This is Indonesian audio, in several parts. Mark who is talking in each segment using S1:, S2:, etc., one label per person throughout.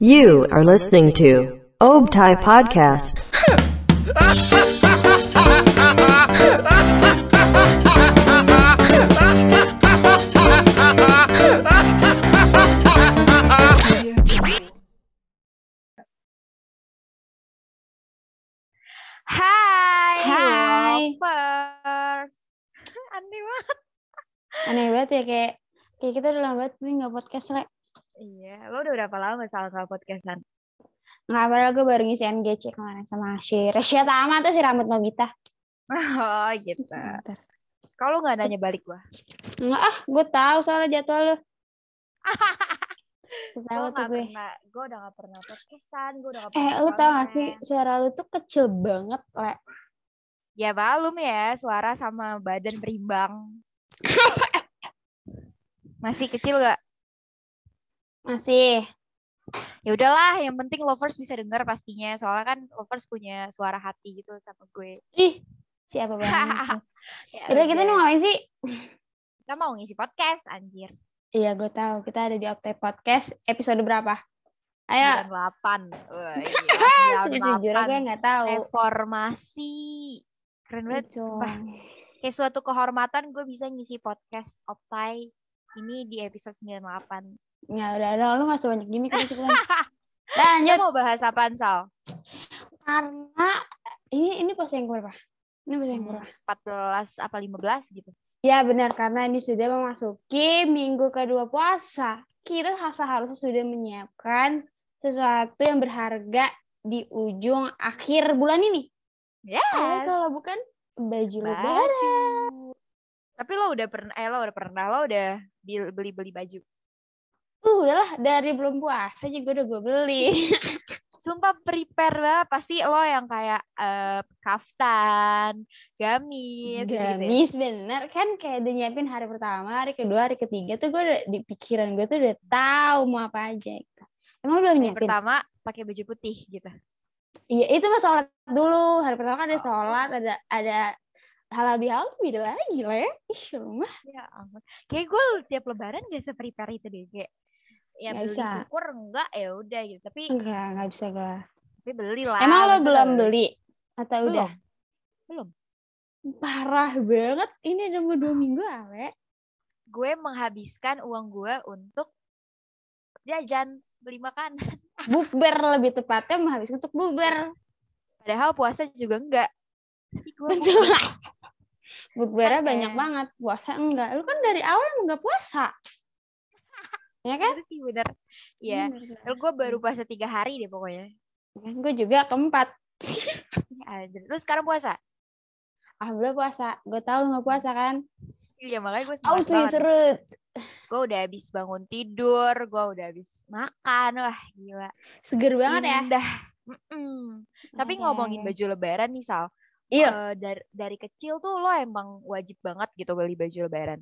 S1: You are listening to Obtai Podcast.
S2: Hai,
S3: Hai.
S2: lovers. Aneh banget.
S3: aneh banget ya kayak kayak kita udah lama banget nih nggak podcast le
S2: Iya, lo udah berapa lama salah sama podcastan?
S3: nggak padahal gue baru ngisi NGC kemarin sama si Resya Tama tuh si rambut Nobita
S2: Oh, gitu.
S3: Bentar.
S2: Kalau nggak nanya balik gua.
S3: nggak ah gue tahu soalnya jadwal lu Gua
S2: Gua
S3: tahu tuh
S2: nggak
S3: gue
S2: pernah, gua udah nggak pernah podcastan, gua udah nggak
S3: eh
S2: pernah.
S3: lu tau gak
S2: komen.
S3: sih suara lu tuh kecil banget le
S2: Ya belum ya, suara sama badan berimbang. Masih kecil gak?
S3: masih
S2: Ya udahlah, yang penting lovers bisa dengar pastinya. Soalnya kan lovers punya suara hati gitu sama gue.
S3: ih siapa banget
S2: Ya
S3: Yaudah kita nih
S2: udah.
S3: mau ngapain sih
S2: Kita mau ngisi podcast, anjir.
S3: iya gue tahu kita ada di Optai Podcast episode berapa
S2: 98.
S3: ayo
S2: Wah, iya,
S3: Iya, sejujurnya gue nggak tahu Gitu.
S2: reformasi keren banget sumpah. kayak suatu kehormatan gue bisa ngisi podcast Optai ini di episode 98
S3: Ya udah, udah, lu gak sebanyak gimmick udah, cepetan. Lanjut.
S2: Kita mau bahas apaan Sal?
S3: karena ini ini pos yang berapa? Ini pos yang berapa?
S2: 14 apa 15 gitu
S3: Ya benar karena ini sudah memasuki minggu kedua puasa. Kira Hasa harusnya sudah menyiapkan sesuatu yang berharga di ujung akhir bulan ini.
S2: Yes.
S3: Karena kalau bukan baju lebaran.
S2: Baju. Tapi lo udah pernah eh lo udah pernah lo udah beli-beli baju.
S3: Uh, udahlah dari belum puasa aja gue udah gue beli.
S2: Sumpah prepare lah pasti lo yang kayak eh, kaftan, gamis,
S3: Gitu,
S2: gitu-gitu ya.
S3: Gamis bener kan kayak udah nyiapin hari pertama, hari kedua, hari ketiga tuh gue udah- di pikiran gue tuh udah tahu mau apa aja. gitu. Emang belum
S2: Yang
S3: nyiapin?
S2: pertama pakai baju putih gitu.
S3: Iya itu mah sholat dulu. Hari pertama kan ada sholat, ada ada halal bihalal beda lagi lah ya. Ih, rumah.
S2: Ya ampun. Kayak gue tiap lebaran gak se-prepare itu deh kayak ya
S3: Nggak
S2: beli
S3: bisa.
S2: syukur enggak ya udah gitu tapi
S3: Enggak, enggak bisa gua.
S2: tapi beli lah
S3: Emang lo
S2: masa
S3: belum
S2: nggak
S3: beli? Atau
S2: belum
S3: udah?
S2: belum
S3: Parah banget. Ini udah mau dua minggu ale.
S2: gue menghabiskan uang gue untuk jajan beli makanan
S3: Bukber lebih tepatnya menghabiskan untuk bukber.
S2: padahal puasa juga enggak tapi gue
S3: Betul. Bukbernya
S2: Oke.
S3: banyak banget. Puasa enggak. Lu kan dari awal emang enggak puasa. Ya kan?
S2: bener sih bener ya
S3: Bener.
S2: Lalu gue baru puasa tiga hari deh pokoknya
S3: Kan gue juga keempat.
S2: Ya, anjir. Lu sekarang puasa?
S3: Alhamdulillah puasa. Gue tahu lu enggak puasa kan?
S2: Iya makanya gue semangat
S3: Aus tuh
S2: banget.
S3: serut.
S2: Gue udah habis bangun tidur, gue udah habis makan, wah gila.
S3: Seger banget ya. Iya.
S2: Indah. Mm-mm. Tapi
S3: Oke.
S2: ngomongin baju lebaran nih Sal.
S3: Iya.
S2: eh, dari, dari kecil tuh lo emang wajib banget gitu beli baju lebaran.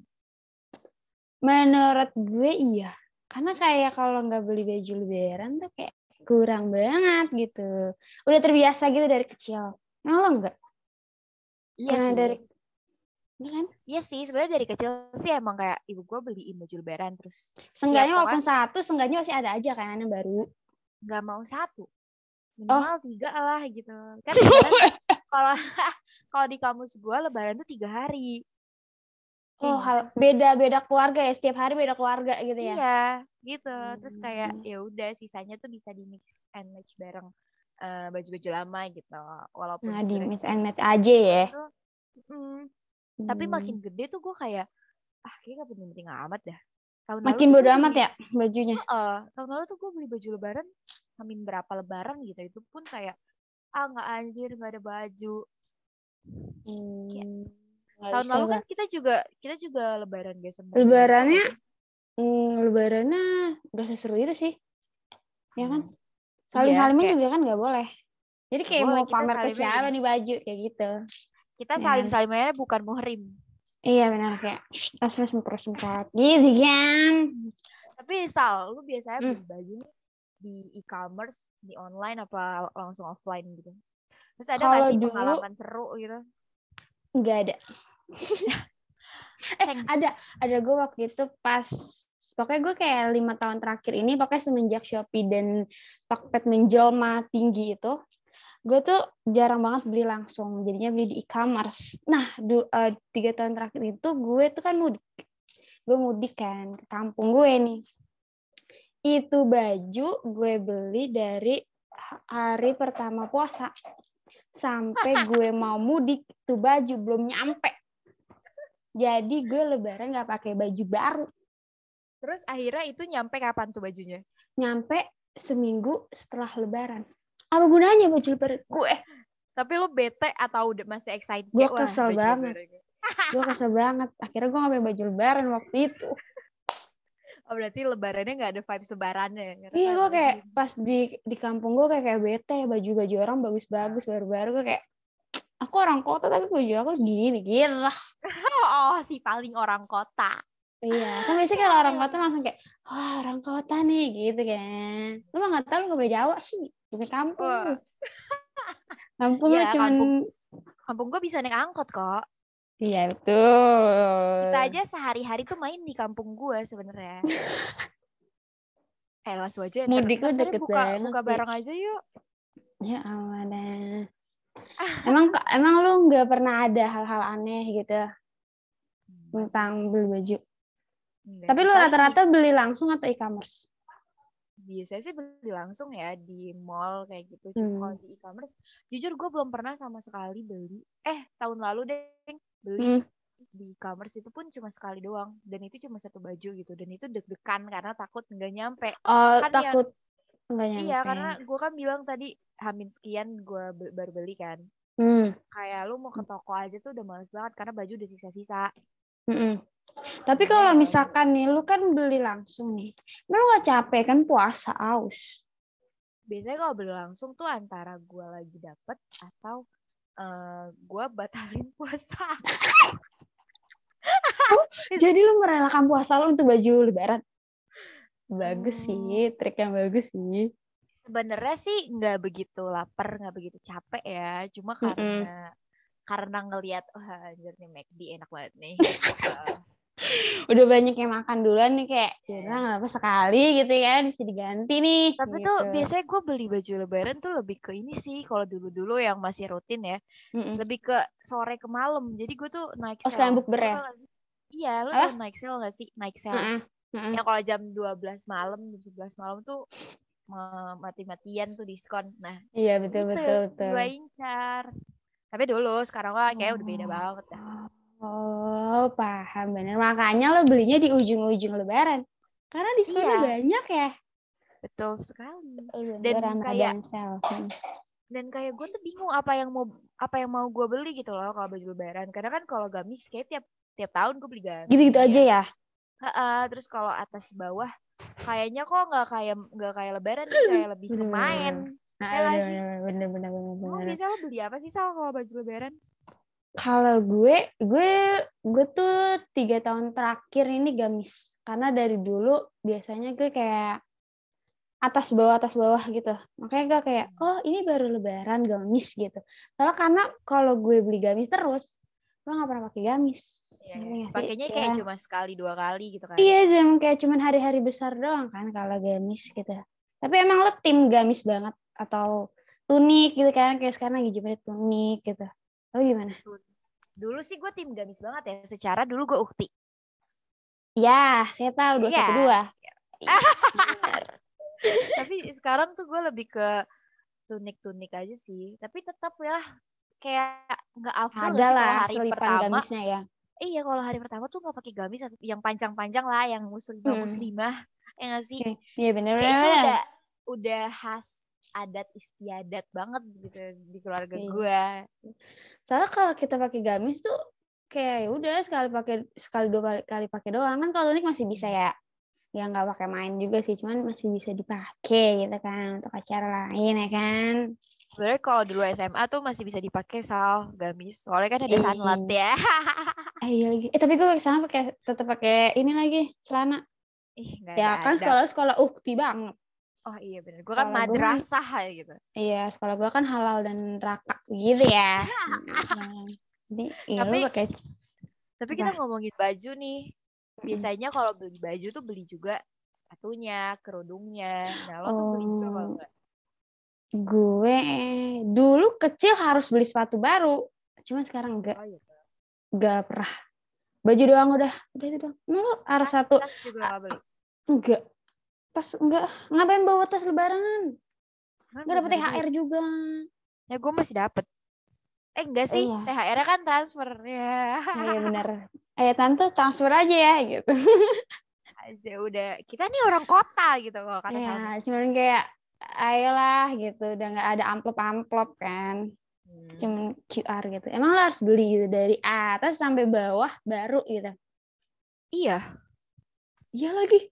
S3: Menurut gue iya. Karena kayak kalau nggak beli baju lebaran tuh kayak kurang banget gitu. Udah terbiasa gitu dari kecil. Emang lo nggak?
S2: Iya
S3: Karena
S2: sih.
S3: Nah, dari Iya kan?
S2: Iya sih, sebenarnya dari kecil sih emang kayak ibu gue beliin baju lebaran terus pokoknya-
S3: Seenggaknya walaupun satu, seenggaknya masih ada aja kan yang baru.
S2: nggak mau satu.
S3: Oh.
S2: Minimal tiga lah gitu. Kan lebaran- kalau kalau di kamus gue lebaran tuh tiga hari.
S3: Oh,
S2: Iya.
S3: hal beda-beda keluarga ya. Setiap hari beda keluarga gitu ya.
S2: Iya, gitu. Terus kayak
S3: Hmm.
S2: ya udah sisanya tuh bisa di mix and match bareng eh, baju-baju lama gitu. Walaupun
S3: Nah, di
S2: sebenarnya-
S3: mix and match aja ya.
S2: Mm. tapi
S3: Hmm.
S2: makin gede tuh gue kayak ah kayaknya gak penting-penting amat dah tahun
S3: makin bodo amat ya bajunya.
S2: eh, tahun lalu tuh gue beli baju lebaran hamin berapa lebaran gitu itu pun kayak ah nggak anjir nggak ada baju
S3: Hmm.
S2: Iya.
S3: Nggak
S2: tahun
S3: bisa
S2: lalu
S3: gua.
S2: kan kita juga kita juga lebaran gitu. guys sama
S3: Lebarannya, Hmm, lebarannya gak seseru itu sih. Ya kan? saling saliman
S2: Hmm, Iya, kayak-
S3: juga kan nggak boleh jadi kayak
S2: boleh,
S3: mau
S2: kita
S3: pamer ke
S2: saliman
S3: siapa
S2: juga.
S3: nih baju kayak gitu
S2: kita
S3: Iya.
S2: saling salimannya bukan muhrim
S3: iya benar kayak harus semprot semprot gitu kan
S2: tapi sal lu biasanya
S3: Hmm.
S2: beli baju nih di e-commerce di online apa langsung offline gitu terus ada nggak
S3: Kalau
S2: sih
S3: dulu-
S2: pengalaman seru gitu
S3: nggak ada eh
S2: Thanks.
S3: ada ada gue waktu itu pas Pokoknya gue kayak lima tahun terakhir ini, pokoknya semenjak Shopee dan Tokped menjelma tinggi itu, gue tuh jarang banget beli langsung, jadinya beli di e-commerce. Nah, du- eh, tiga tahun terakhir itu gue tuh kan mudik. Gue mudik kan ke kampung gue nih. Itu baju gue beli dari hari pertama puasa. Sampai gue mau mudik, tuh baju belum nyampe. Jadi gue lebaran nggak pakai baju baru.
S2: Terus akhirnya itu nyampe kapan tuh bajunya?
S3: Nyampe seminggu setelah lebaran. Apa gunanya baju lebaran? Gue
S2: Tapi lu bete atau udah masih excited?
S3: Gua
S2: Wah,
S3: kesel
S2: baju
S3: banget.
S2: lebaran gue.
S3: gue kesel banget. Akhirnya gue nggak pakai baju lebaran waktu itu.
S2: Oh, berarti lebarannya nggak ada vibes lebarannya. ya?
S3: Iya gue
S2: Rasanya.
S3: kayak pas di di kampung gue kayak kayak bete baju-baju orang bagus-bagus baru-baru gue kayak aku orang kota tapi baju aku gini gini lah.
S2: Oh, oh, si paling orang kota.
S3: Iya, kan biasanya kalau orang kota langsung kayak, wah orang kota nih gitu kan. Lu mah nggak tahu lu ke Jawa sih, bukan kampung.
S2: Wah.
S3: lu. Kampung lu
S2: Iya,
S3: cuman,
S2: kampung. Kampung gue bisa naik angkot kok.
S3: iya betul.
S2: Kita aja sehari-hari tuh main di kampung gue sebenarnya. eh langsung aja. ntar-
S3: Mudik lu
S2: ntar sore
S3: deket
S2: buka,
S3: banget
S2: buka
S3: sih.
S2: bareng aja yuk.
S3: Ya Allah dah. Emang emang lu nggak pernah ada hal-hal aneh gitu tentang beli baju.
S2: Enggak,
S3: Tapi lu
S2: paling
S3: rata-rata beli langsung atau e-commerce?
S2: biasanya sih beli langsung ya di mall kayak gitu. Cuma
S3: Hmm.
S2: kalau di e-commerce, jujur gue belum pernah sama sekali beli. Eh tahun lalu deh beli
S3: Hmm.
S2: di e-commerce itu pun cuma sekali doang dan itu cuma satu baju gitu dan itu deg-degan karena takut nggak nyampe.
S3: Oh,
S2: Kan ya-
S3: takut nggak nyampe.
S2: Iya karena gue kan bilang tadi hamin sekian gue baru beli kan.
S3: Hmm.
S2: Kayak lu mau ke toko aja tuh udah males banget karena baju udah sisa-sisa.
S3: mm-mm. hmm. Tapi kalau misalkan nih, lu kan beli langsung nih. Lu nggak capek kan puasa aus.
S2: Biasanya kalau beli langsung tuh antara gue lagi dapet atau eh gue batalin puasa. Iya.
S3: Jadi lu merelakan puasa lu untuk baju lebaran. Bagus
S2: Hmm.
S3: sih, trik yang bagus sih.
S2: Sebenarnya sih nggak begitu lapar, nggak begitu capek ya. Cuma
S3: Mm-mm.
S2: karena karena ngelihat wah anjir nih McD enak banget nih. Eh,
S3: Udah banyak yang makan duluan nih kayak, ya udah nggak apa sekali gitu kan, bisa diganti nih.
S2: Tapi tuh
S3: gitu.
S2: biasanya gue beli baju lebaran tuh lebih ke ini sih kalau dulu-dulu yang masih rutin ya.
S3: Mm-mm.
S2: lebih ke sore ke malam jadi gue tuh naik
S3: Mm. Oh, sekalian bukber
S2: Lu
S3: ya?
S2: tau nggak sih? iya lu
S3: Apa?
S2: tau naik sale gak sih naik sale
S3: Heeh, heeh.
S2: ya kalau jam 12 malam jam 11 malam tuh me- mati-matian tuh diskon nah
S3: Iya,
S2: itu
S3: betul betul betul.
S2: gue incar tapi dulu sekarang mah kayak udah beda
S3: Oh.
S2: banget dah
S3: Oh, paham bener. Makanya lo belinya di ujung-ujung lebaran. Karena diskonnya
S2: Iya.
S3: banyak ya.
S2: betul sekali Dan
S3: Dan Ramadan sale. Hmm.
S2: dan kayak gue tuh bingung apa yang mau apa yang mau gue beli gitu loh kalau baju lebaran karena kan kalau gamis kayak tiap tiap tahun gue beli gamis
S3: Gitu-gitu aja ya.
S2: Heeh, terus kalau atas bawah kayaknya kok nggak kayak nggak kayak lebaran nih, kayak lebih ke
S3: Bener, bener,
S2: main.
S3: Nah,
S2: Iya lagi.
S3: bener bener bener
S2: Emang
S3: bener.
S2: biasanya lo beli apa sih Sal kalau baju lebaran?
S3: Kalau gue, gue gue tuh tiga tahun terakhir ini gamis. Karena dari dulu biasanya gue kayak atas bawah atas bawah gitu. Makanya gue kayak oh ini baru lebaran gamis gitu. Soalnya karena kalau gue beli gamis terus, gue nggak pernah pakai gamis. Ngerti nggak sih?
S2: Pakainya
S3: Iya.
S2: kayak cuma sekali dua kali gitu kan.
S3: Iya, dan kayak cuman hari-hari besar doang kan kalau gamis gitu. Tapi emang lo tim gamis banget atau tunik gitu kan? Kayak sekarang lagi zaman tunik gitu. Lo gimana?
S2: Dulu sih gue tim gamis banget ya. Secara dulu gue ukti.
S3: Ya, saya tahu dua
S2: Iya.
S3: satu dua.
S2: Tapi sekarang tuh gue lebih ke tunik-tunik aja sih. Tapi tetap ya kayak nggak afdol nggak
S3: Ada
S2: sih kalau
S3: lah
S2: hari
S3: selipan
S2: pertama.
S3: gamisnya ya.
S2: Iya kalau hari pertama tuh nggak pakai gamis atau- yang panjang-panjang lah, yang muslimah
S3: Hmm.
S2: muslimah. Ya nggak sih?
S3: Iya bener
S2: Kayak
S3: bener.
S2: itu
S3: bener.
S2: udah udah khas adat istiadat banget gitu di keluarga
S3: Iya.
S2: gue.
S3: Soalnya kalau kita pakai gamis tuh kayak ya udah sekali pakai sekali dua kali, kali pakai doang kan kalau tunik masih bisa
S2: Hmm.
S3: ya ya nggak pakai main juga sih cuman masih bisa dipakai gitu kan untuk acara lain ya kan
S2: Sebenarnya kalau dulu SMA tuh masih bisa dipakai sal gamis. Soalnya kan ada
S3: Iya.
S2: sunlat ya.
S3: Eh, iya lagi. Eh tapi gue kesana pakai tetap pakai ini lagi celana.
S2: Ih, Iya, nggak
S3: Ya
S2: ada
S3: kan
S2: adab.
S3: sekolah sekolah ukti banget.
S2: Oh iya bener. Gue kan
S3: sekolah gua mah-
S2: madrasah ya gitu.
S3: Iya sekolah gue kan halal dan raka gitu ya. Nah, Jadi iya lu
S2: Tapi-
S3: pakai Nah.
S2: Tapi kita ngomongin baju nih. Biasanya kalau beli baju tuh beli juga sepatunya, kerudungnya. Nah, lo tuh beli juga kalau
S3: Oh.
S2: nggak?
S3: Gue dulu kecil harus beli sepatu baru. Cuman sekarang enggak,
S2: Oh iya.
S3: enggak pernah. Baju doang udah, udah itu doang. Emang Lu harus
S2: Tas-
S3: satu,
S2: tas juga nggak beli.
S3: enggak. Tas enggak, ngapain bawa tas lebaran?
S2: Kan
S3: Enggak dapet
S2: beli duit.
S3: THR juga.
S2: Ya gue masih dapet. Eh enggak sih,
S3: Iya.
S2: THR-nya kan transfer ya.
S3: Oh, iya benar. Eh tante transfer aja ya gitu.
S2: Aja udah. Kita nih orang kota gitu kalau kata Salma.
S3: Ya, cuman kayak ayolah gitu, udah nggak ada amplop-amplop kan.
S2: Hmm.
S3: Cuman QR gitu. Emang lo harus beli gitu dari atas sampai bawah baru gitu.
S2: Iya.
S3: Iya lagi.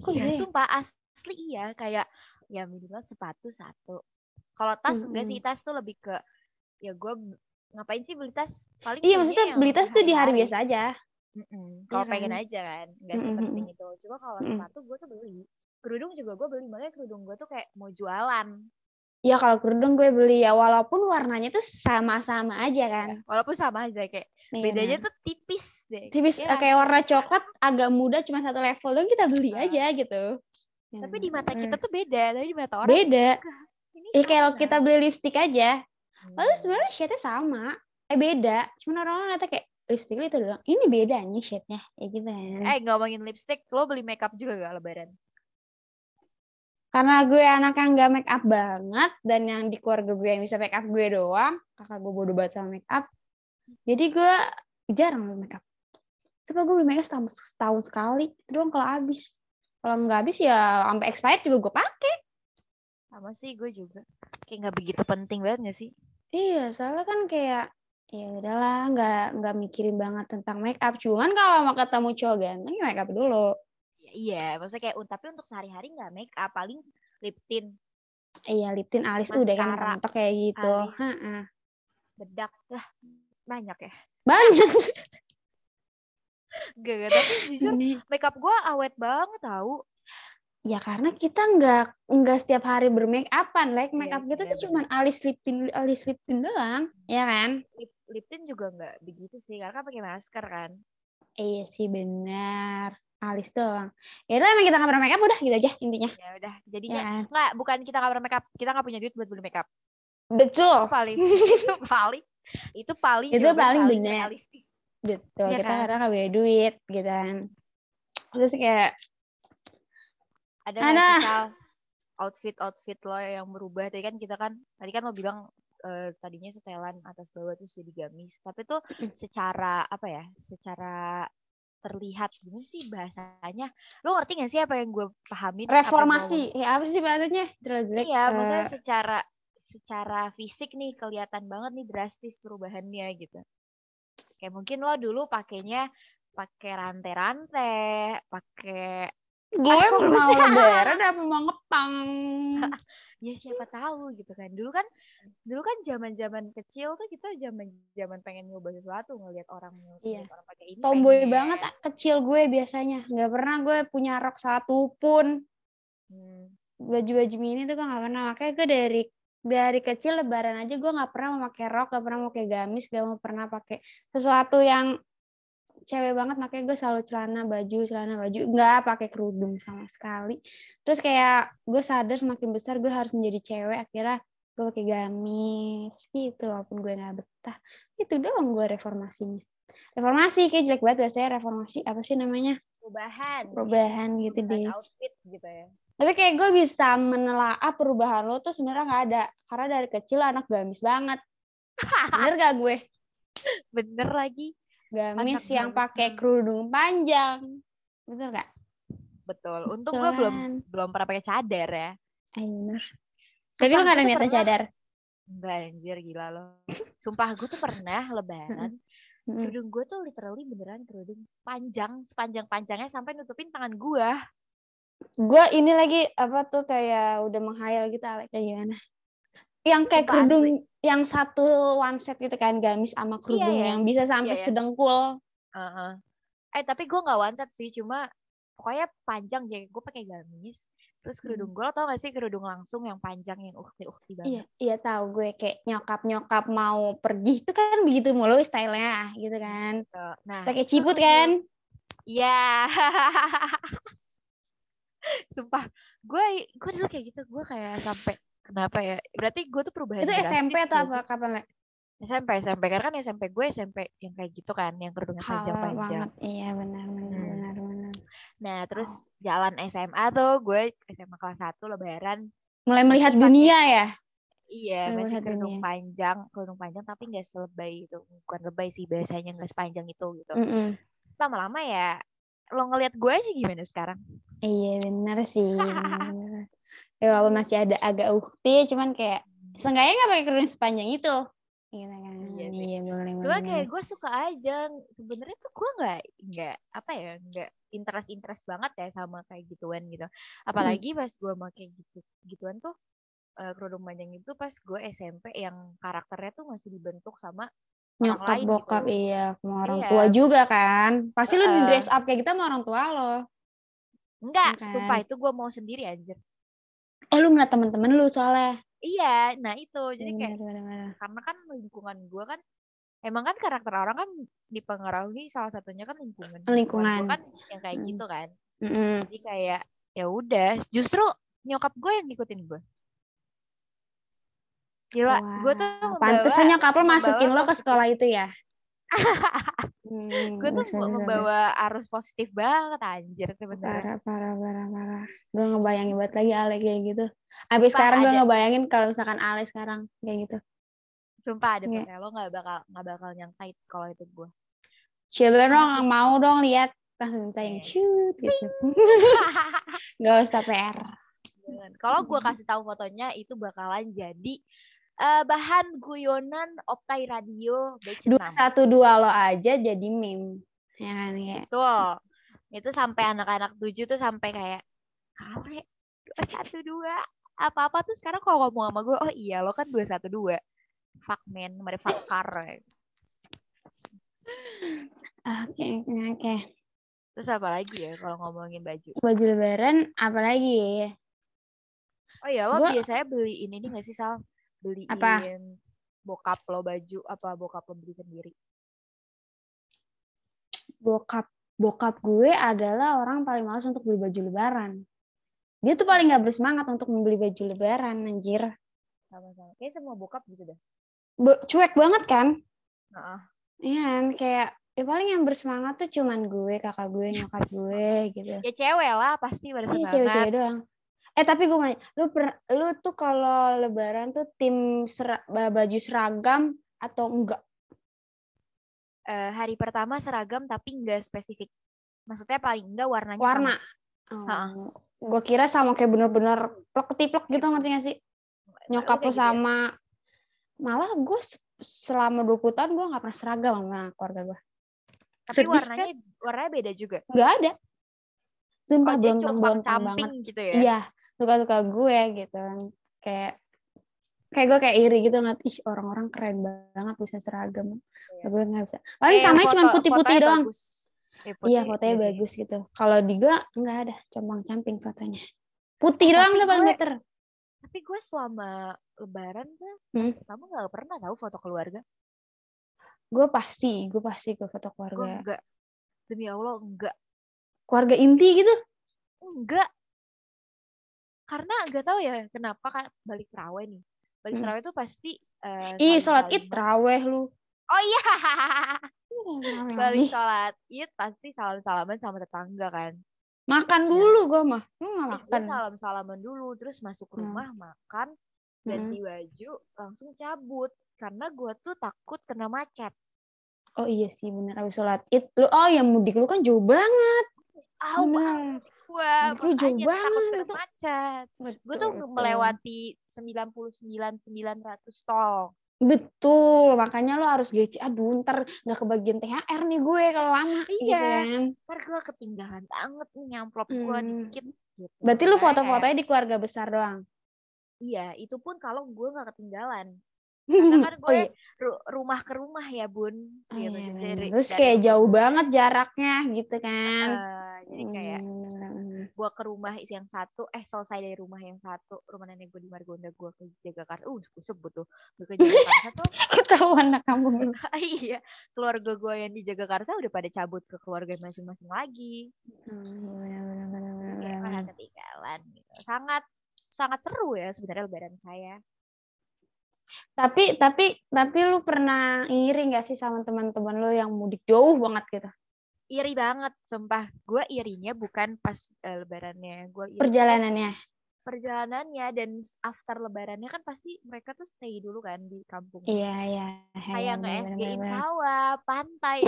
S3: Kok
S2: iya,
S3: iya ya?
S2: sumpah asli iya kayak ya minimal sepatu satu. Kalau tas enggak sih, tas tuh lebih ke ya gue ngapain sih beli tas? Paling
S3: Iya,
S2: belinya
S3: maksudnya
S2: yang
S3: beli tas tuh di
S2: sehari-hari.
S3: hari biasa aja.
S2: Mm-mm. Kalau
S3: Iya
S2: pengen
S3: kan?
S2: aja kan, nggak
S3: Mm-mm,
S2: sepenting itu. Cuma kalau
S3: Mm-mm.
S2: sepatu gue tuh beli. Kerudung juga gue beli, makanya kerudung gue tuh kayak mau jualan.
S3: Ya kalau kerudung gue beli ya walaupun warnanya tuh sama-sama aja kan.
S2: Ya, Walaupun sama aja kayak
S3: Iya,
S2: bedanya
S3: benar.
S2: tuh tipis deh.
S3: tipis
S2: Iya
S3: eh,
S2: kan?
S3: kayak warna coklat agak muda cuma satu level doang kita beli
S2: Ah.
S3: aja gitu. Ya,
S2: Tapi di mata
S3: benar.
S2: kita tuh beda, tapi di mata orang gitu,
S3: beda.
S2: ini
S3: Ya kayak
S2: sama.
S3: kita beli lipstick aja.
S2: Hmm.
S3: Lalu sebenarnya shade-nya sama, eh beda. Cuman orang-orang ngeliatnya kayak lipstick lu itu doang. Ini bedanya shade-nya, ya gitu kan.
S2: Eh ngomongin lipstick, lo beli makeup juga gak lebaran?
S3: Karena gue anak yang gak make up banget dan yang di keluarga gue yang bisa make up gue doang, kakak gue bodoh banget sama make up. Jadi gue jarang beli make up. Coba gue beli make up setahun, setahun sekali, itu doang kalau habis. Kalau nggak habis ya sampai expired juga gue pakai.
S2: Sama sih gue juga. Kayak nggak begitu penting banget gak sih?
S3: Iya, soalnya kan kayak ya udahlah nggak nggak mikirin banget tentang make up. Cuman kalau mau ketemu cowok ganteng ya make up dulu.
S2: Ya, iya, maksudnya kayak un- tapi untuk sehari-hari nggak make up, paling lip tint,
S3: Iya, lip tint, alis udah kan
S2: Maskara,
S3: mentok-mentok kayak gitu.
S2: alis.
S3: Heeh.
S2: bedak lah banyak ya.
S3: Banyak.
S2: Gak, gak, tapi jujur makeup gue awet banget tau.
S3: Ya karena kita nggak nggak setiap hari bermake upan, like make
S2: Iya
S3: up kita
S2: sih,
S3: tuh
S2: iya
S3: cuman alis lip tint alis lip tint doang, ya kan?
S2: Lip, lip tint juga nggak begitu sih, karena kan pakai masker kan.
S3: Iya sih benar, alis doang. Ya udah emang kita nggak pernah make up udah gitu aja intinya,
S2: Ya udah,
S3: ya
S2: jadinya
S3: kan?
S2: nggak bukan kita nggak pernah make up, kita nggak punya duit buat beli make up.
S3: Betul,
S2: Itu paling itu paling itu paling
S3: Itu
S2: jawaban
S3: paling benar.
S2: realistis.
S3: betul.
S2: Iya
S3: kita
S2: kan?
S3: karena nggak punya duit, gitu kan? Terus kayak
S2: Ada nggak
S3: Ada.
S2: sih, Sal, outfit-outfit lo yang berubah? Tadi kan kita kan, tadi kan lo bilang eh, tadinya setelan atas bawah terus jadi gamis. Tapi tuh
S3: Mm.
S2: secara apa ya? Secara terlihat gimana sih bahasanya? Lo ngerti gak sih apa yang gue pahamin? Apa yang gua
S3: reformasi ya apa sih bahasanya jelek-jelek
S2: Iya,
S3: eh,
S2: maksudnya secara secara fisik nih kelihatan banget nih drastis perubahannya gitu. Kayak mungkin lo dulu pakainya pakai rantai-rantai, pakai
S3: gue
S2: Apa
S3: mau
S2: maksudnya?
S3: lebaran apa mau ngepang
S2: ya siapa tahu gitu kan. Dulu kan dulu kan zaman-zaman kecil tuh kita zaman-zaman pengen nyoba sesuatu ngelihat orang
S3: Iya.
S2: ngeliat orang pakai ini.
S3: tomboy
S2: pengen.
S3: banget ah, kecil gue biasanya nggak pernah gue punya rok satu pun
S2: Hmm.
S3: baju-baju mini tuh gue nggak pernah makanya gue dari dari kecil lebaran aja gue nggak pernah memakai rok nggak pernah pakai gamis nggak mau pernah pakai sesuatu yang cewek banget makanya gue selalu celana baju celana baju nggak pakai kerudung sama sekali terus kayak gue sadar semakin besar gue harus menjadi cewek akhirnya gue pakai gamis gitu walaupun gue nggak betah itu doang gue reformasinya reformasi kayak jelek banget biasanya reformasi apa sih namanya
S2: Perubahan.
S3: perubahan gitu
S2: Perubahan
S3: deh
S2: outfit gitu ya.
S3: tapi kayak gue bisa menelaah perubahan lo tuh sebenarnya nggak ada karena dari kecil lo anak gamis banget bener gak gue
S2: Bener lagi. Anak
S3: gamis yang
S2: gamis
S3: pakai
S2: banget.
S3: kerudung panjang bener gak
S2: Betul. Untung gue belum
S3: Betulan.
S2: belum pernah pakai cadar ya.
S3: Ay, bener. tapi
S2: Sumpah,
S3: lo gak ada
S2: gua tuh
S3: niatan
S2: pernah-
S3: cadar
S2: Enggak anjir gila lo. Sumpah gue tuh pernah lebaran,
S3: Mm-mm.
S2: kerudung gue tuh literally beneran kerudung panjang, sepanjang-panjangnya sampai nutupin tangan gue.
S3: gue ini lagi apa tuh kayak udah menghayal gitu Alek, kayak gimana yang kayak
S2: Sumpah
S3: kerudung yang satu one set gitu kan gamis sama kerudung
S2: iya.
S3: yang bisa sampai
S2: iya.
S3: sedengkul
S2: Heeh. Eh tapi gue nggak wanset sih, cuma pokoknya panjang ya. Gue pakai gamis, terus kerudung gue lo tau gak sih kerudung langsung yang panjang yang ukti-ukti
S3: iya
S2: banget.
S3: iya tahu gue kayak nyokap nyokap mau pergi itu kan begitu mulu stylenya gitu kan
S2: Nah,
S3: pakai
S2: itu
S3: ciput
S2: kerudung-
S3: kan
S2: Ya. Sumpah, gue gue dulu kayak gitu, gue kayak sampai kenapa ya? Berarti gue tuh perubahan
S3: Itu
S2: drastis
S3: SMP
S2: nggak
S3: atau
S2: sih?
S3: apa kapan? Le?
S2: SMP, SMP. Karena kan SMP gue SMP yang kayak gitu kan, yang kerudungnya
S3: Halal
S2: panjang-panjang.
S3: banget. Iya benar benar
S2: Hmm.
S3: benar benar.
S2: Nah, terus jalan SMA tuh gue SMA kelas 1 lebaran.
S3: Mulai melihat
S2: pakai-
S3: dunia ya.
S2: Iya,
S3: Baru
S2: masih
S3: lihat
S2: kerudung
S3: dunia.
S2: panjang, kerudung panjang tapi nggak selebay itu. Bukan lebay sih biasanya nggak sepanjang itu gitu.
S3: Mm-mm.
S2: Lama-lama ya lo ngelihat gue aja gimana sekarang?
S3: Iya benar sih. iya, benar, benar. ya walaupun masih ada agak ukti cuman kayak seenggaknya nggak pakai kerudung sepanjang itu. Gitu kan.
S2: Iya
S3: Iya,
S2: sih.
S3: boleh
S2: Cuma
S3: boleh.
S2: kayak gue suka aja. Sebenarnya tuh gue nggak nggak apa ya nggak interest-interest banget ya sama kayak gituan gitu. Apalagi pas gue mau kayak gitu gituan tuh eh, kerudung panjang itu pas gue SMP yang karakternya tuh masih dibentuk sama orang
S3: nyokap
S2: lain
S3: bokap
S2: gitu.
S3: iya sama orang
S2: Iya.
S3: tua juga kan. Pasti lu di
S2: Heeh.
S3: dress up kayak gitu sama orang tua lo.
S2: Enggak,
S3: Bukan.
S2: sumpah itu gue mau sendiri anjir.
S3: Eh lu ngeliat temen-temen lu soalnya.
S2: Iya, nah itu jadi kayak
S3: Benar, benar, benar.
S2: karena kan lingkungan gue kan emang kan karakter orang kan dipengaruhi salah satunya kan lingkungan
S3: Lingkungan.
S2: gue kan yang kayak
S3: Mm.
S2: gitu kan
S3: Mm-mm.
S2: jadi kayak ya udah justru nyokap gue yang ngikutin gue gila gue tuh
S3: Wah,
S2: membawa
S3: pantesan nyokap lo
S2: membawa
S3: masukin lo ke
S2: positif.
S3: sekolah itu ya Hmm,
S2: gue tuh
S3: sebenarnya
S2: membawa arus positif banget anjir sebenarnya
S3: parah parah parah parah gue ngebayangin banget lagi Ale kayak gitu
S2: Sumpah,
S3: abis sekarang gue
S2: ada-
S3: ngebayangin kalau misalkan Ale sekarang kayak gitu
S2: sumpah ada
S3: Iya.
S2: yeah. lo nggak bakal nggak bakal nyangka itu kalau itu gue
S3: coba
S2: Hmm.
S3: dong mau dong lihat langsung minta yang
S2: Oke.
S3: shoot gitu nggak usah PR
S2: Jangan. Kalau gue kasih tahu fotonya itu bakalan jadi eh, bahan guyonan Optai Radio batch
S3: dua
S2: 6.
S3: satu dua lo aja jadi meme ya kan ya
S2: Betul. Itu sampai anak-anak tujuh tuh sampai kayak ya, kale dua satu dua apa apa tuh sekarang kalau ngomong sama gue oh iya lo kan dua satu dua fuck man motherfucker ya.
S3: "Ah, oke oke oke
S2: terus apa lagi ya kalau ngomongin baju
S3: baju lebaran apalagi ya
S2: oh iya lo
S3: Gua-
S2: biasanya beliin ini gak sih sal beliin
S3: Apa?
S2: bokap lo baju apa bokap lo beli sendiri
S3: bokap bokap gue adalah orang paling malas untuk beli baju lebaran. Dia tuh paling nggak bersemangat untuk membeli baju lebaran, anjir.
S2: sama-sama kayak semua bokap gitu dah
S3: Be- cuek banget kan?
S2: Heeh.
S3: Iya kan? kayak ya paling yang bersemangat tuh cuman gue, kakak gue, nyokap gue gitu.
S2: ya cewek lah pasti pada
S3: Iya
S2: semangat
S3: cewek-cewek doang. Eh tapi gue mau nanya, lu per- lu tuh kalau lebaran tuh tim sera- ba- baju seragam atau enggak?
S2: Eh, hari pertama seragam tapi nggak spesifik maksudnya paling enggak warnanya
S3: Warna.
S2: Ha-ha.
S3: Oh, gue kira sama kayak bener-bener plek-plek gitu ngerti gak sih?
S2: sama.
S3: nyokap
S2: Lu
S3: lu
S2: kayak gitu ya?
S3: sama malah gue se- selama 20 tahun gue nggak pernah seragam sama keluarga gue
S2: tapi
S3: sedih kan?
S2: warnanya warnanya beda juga
S3: nggak ada
S2: oh
S3: sumpah
S2: jadi
S3: belum
S2: compang camping
S3: banget
S2: gitu ya
S3: iya suka suka gue gitu kayak kayak gue kayak iri gitu ngeliat ih orang-orang keren banget bisa seragam
S2: Iya.
S3: gue nggak bisa paling sama
S2: foto-
S3: cuma putih-putih
S2: fotonya
S3: doang
S2: bagus. Eh,
S3: iya
S2: putih,
S3: fotonya
S2: sih.
S3: bagus gitu kalau di gue nggak ada compang camping fotonya putih
S2: Eh,
S3: doang
S2: tapi
S3: udah paling
S2: gue-
S3: better
S2: tapi gue selama lebaran tuh
S3: Hmm.
S2: kamu nggak pernah tahu foto keluarga
S3: gue pasti gue pasti gue foto
S2: gue
S3: keluarga
S2: enggak demi allah enggak
S3: keluarga inti gitu
S2: enggak karena nggak tahu ya kenapa kan balik terawih nih balik
S3: Mm.
S2: terawih tuh pasti eh,
S3: Ih,
S2: saling-
S3: sholat
S2: saling-
S3: id traweh lu.
S2: oh iya balik sholat id pasti salam salaman sama tetangga kan
S3: Makan dulu gua mah. Lu gak makan.
S2: terus salam salaman dulu terus masuk
S3: Hmm.
S2: rumah makan ganti baju langsung cabut karena gue tuh takut kena macet
S3: Oh iya sih bener abis sholat id. Lu oh yang mudik lu kan jauh banget.
S2: Au,
S3: Bener.
S2: gue
S3: Mudik lu jauh
S2: takut
S3: banget
S2: kena
S3: itu.
S2: macet gue tuh
S3: Betul,
S2: melewati 99 900 tol
S3: Betul, makanya lu harus gece. Aduh, ntar nggak kebagian THR nih gue kalau lama.
S2: Iya.
S3: gitu kan.
S2: ntar gue ketinggalan banget nih nyamplop gue
S3: Hmm.
S2: dikit gitu.
S3: Berarti
S2: Makanya
S3: lu
S2: kayak-
S3: foto-fotonya di keluarga besar doang.
S2: iya itu pun kalau gue nggak ketinggalan Karena kan
S3: Oh
S2: gue
S3: iya.
S2: ru- rumah ke rumah ya bun.
S3: Oh,
S2: gitu.
S3: iya,
S2: Jadi
S3: bener.
S2: dari-
S3: Terus
S2: dari-
S3: kayak jauh banget jaraknya gitu kan.
S2: Eh, jadi kayak
S3: Hmm.
S2: gue ke rumah yang satu, eh selesai dari rumah yang satu, rumah nenek gue di Margonda, gue ke Jagakarsa, uh gue sebut tuh, gue ke Jagakarsa tuh,
S3: ketahuan anak kamu.
S2: iya, keluarga gue yang di Jagakarsa udah pada cabut ke keluarga masing-masing lagi, Iya, kayak pada ketinggalan gitu. Sangat sangat seru ya sebenarnya lebaran saya.
S3: Tapi tapi tapi lu pernah iri nggak sih sama teman-teman lu yang mudik jauh banget gitu?
S2: Iya, Iri banget, sumpah. Gue irinya bukan pas eh, lebarannya. Gue iri
S3: Perjalanannya.
S2: perjalanannya dan after lebarannya kan pasti mereka tuh stay dulu kan di kampung.
S3: Iya iya.
S2: Kayak nge
S3: bener, bener,
S2: SG-in
S3: bener.
S2: sawah, pantai.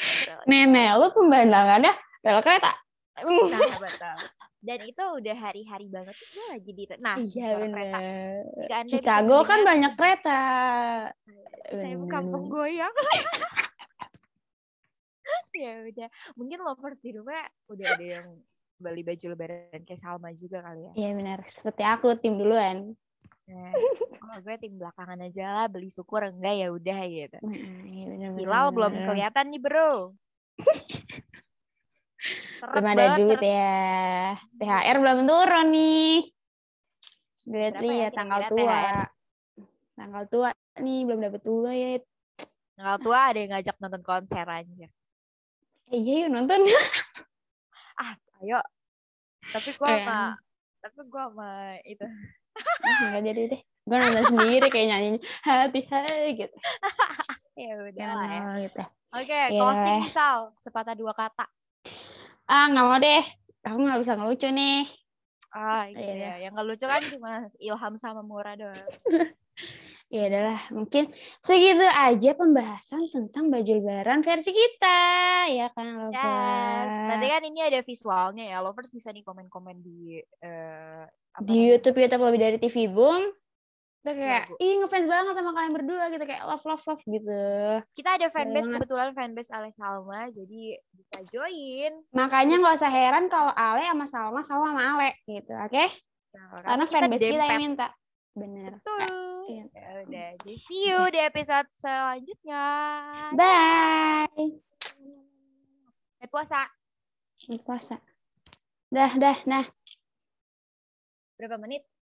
S2: Terus-
S3: Nenek lu pemandangannya rel kereta. Mm.
S2: Nah, betul. Dan itu udah hari-hari banget tuh gue lagi di nah
S3: Iya
S2: di kereta.
S3: bener.
S2: Jika Anda bisa
S3: Chicago kan
S2: mendengar,
S3: banyak kereta.
S2: saya
S3: Bener.
S2: kampung goyang. ya udah. Mungkin lovers di rumah udah ada yang beli baju lebaran kayak Salma juga kali ya.
S3: Iya benar, seperti aku tim duluan.
S2: Nah, kalau gue tim belakangan aja lah beli syukur enggak ya udah gitu.
S3: Nah, iya bener, bener,
S2: Hilal
S3: bener,
S2: belum
S3: bener.
S2: kelihatan nih bro. Seret
S3: Belum ada
S2: banget,
S3: duit
S2: seret.
S3: ya. THR belum turun nih. Duit
S2: Berapa
S3: li
S2: ya
S3: ya tanggal
S2: kira-kira
S3: tua.
S2: THR?
S3: Tanggal tua nih belum dapet duit.
S2: Tanggal tua ada yang ngajak nonton konser aja.
S3: Eh, iya yuk nonton.
S2: Ayo. Tapi gue
S3: Eh.
S2: sama tapi gue sama itu Iya,
S3: Enggak jadi deh. Gue nonton sendiri kayak nyanyi hati hati gitu.
S2: ya udah
S3: Ya,
S2: lah ya.
S3: gitu.
S2: Oke,
S3: Iya.
S2: closing misal sepatah dua kata.
S3: Ah nggak mau deh. Aku nggak bisa ngelucu nih.
S2: Ah, iya.
S3: Iya.
S2: ya. Yang lucu kan cuma Ilham sama Mura doang.
S3: Ya adalah mungkin segitu aja pembahasan tentang baju lebaran versi kita ya kan lovers.
S2: Yes. Nanti kan ini ada visualnya ya. Lovers bisa nih komen-komen di eh, apa
S3: di
S2: namanya?
S3: YouTube YouTube lebih dari TV Boom tuh kayak
S2: Bu.
S3: ih ngefans banget sama kalian berdua gitu kayak love love love gitu
S2: Kita ada fanbase
S3: banget.
S2: kebetulan fanbase Ale Salma, jadi bisa join.
S3: makanya nggak usah heran kalau Ale sama Salma Salma sama Ale gitu oke
S2: Nah,
S3: karena fanbase kita
S2: dempet
S3: yang minta bener
S2: Betul.
S3: Iya.
S2: Ya udah, jadi see you di episode selanjutnya.
S3: bye
S2: Selamat puasa.
S3: puasa dah dah nah
S2: Berapa menit?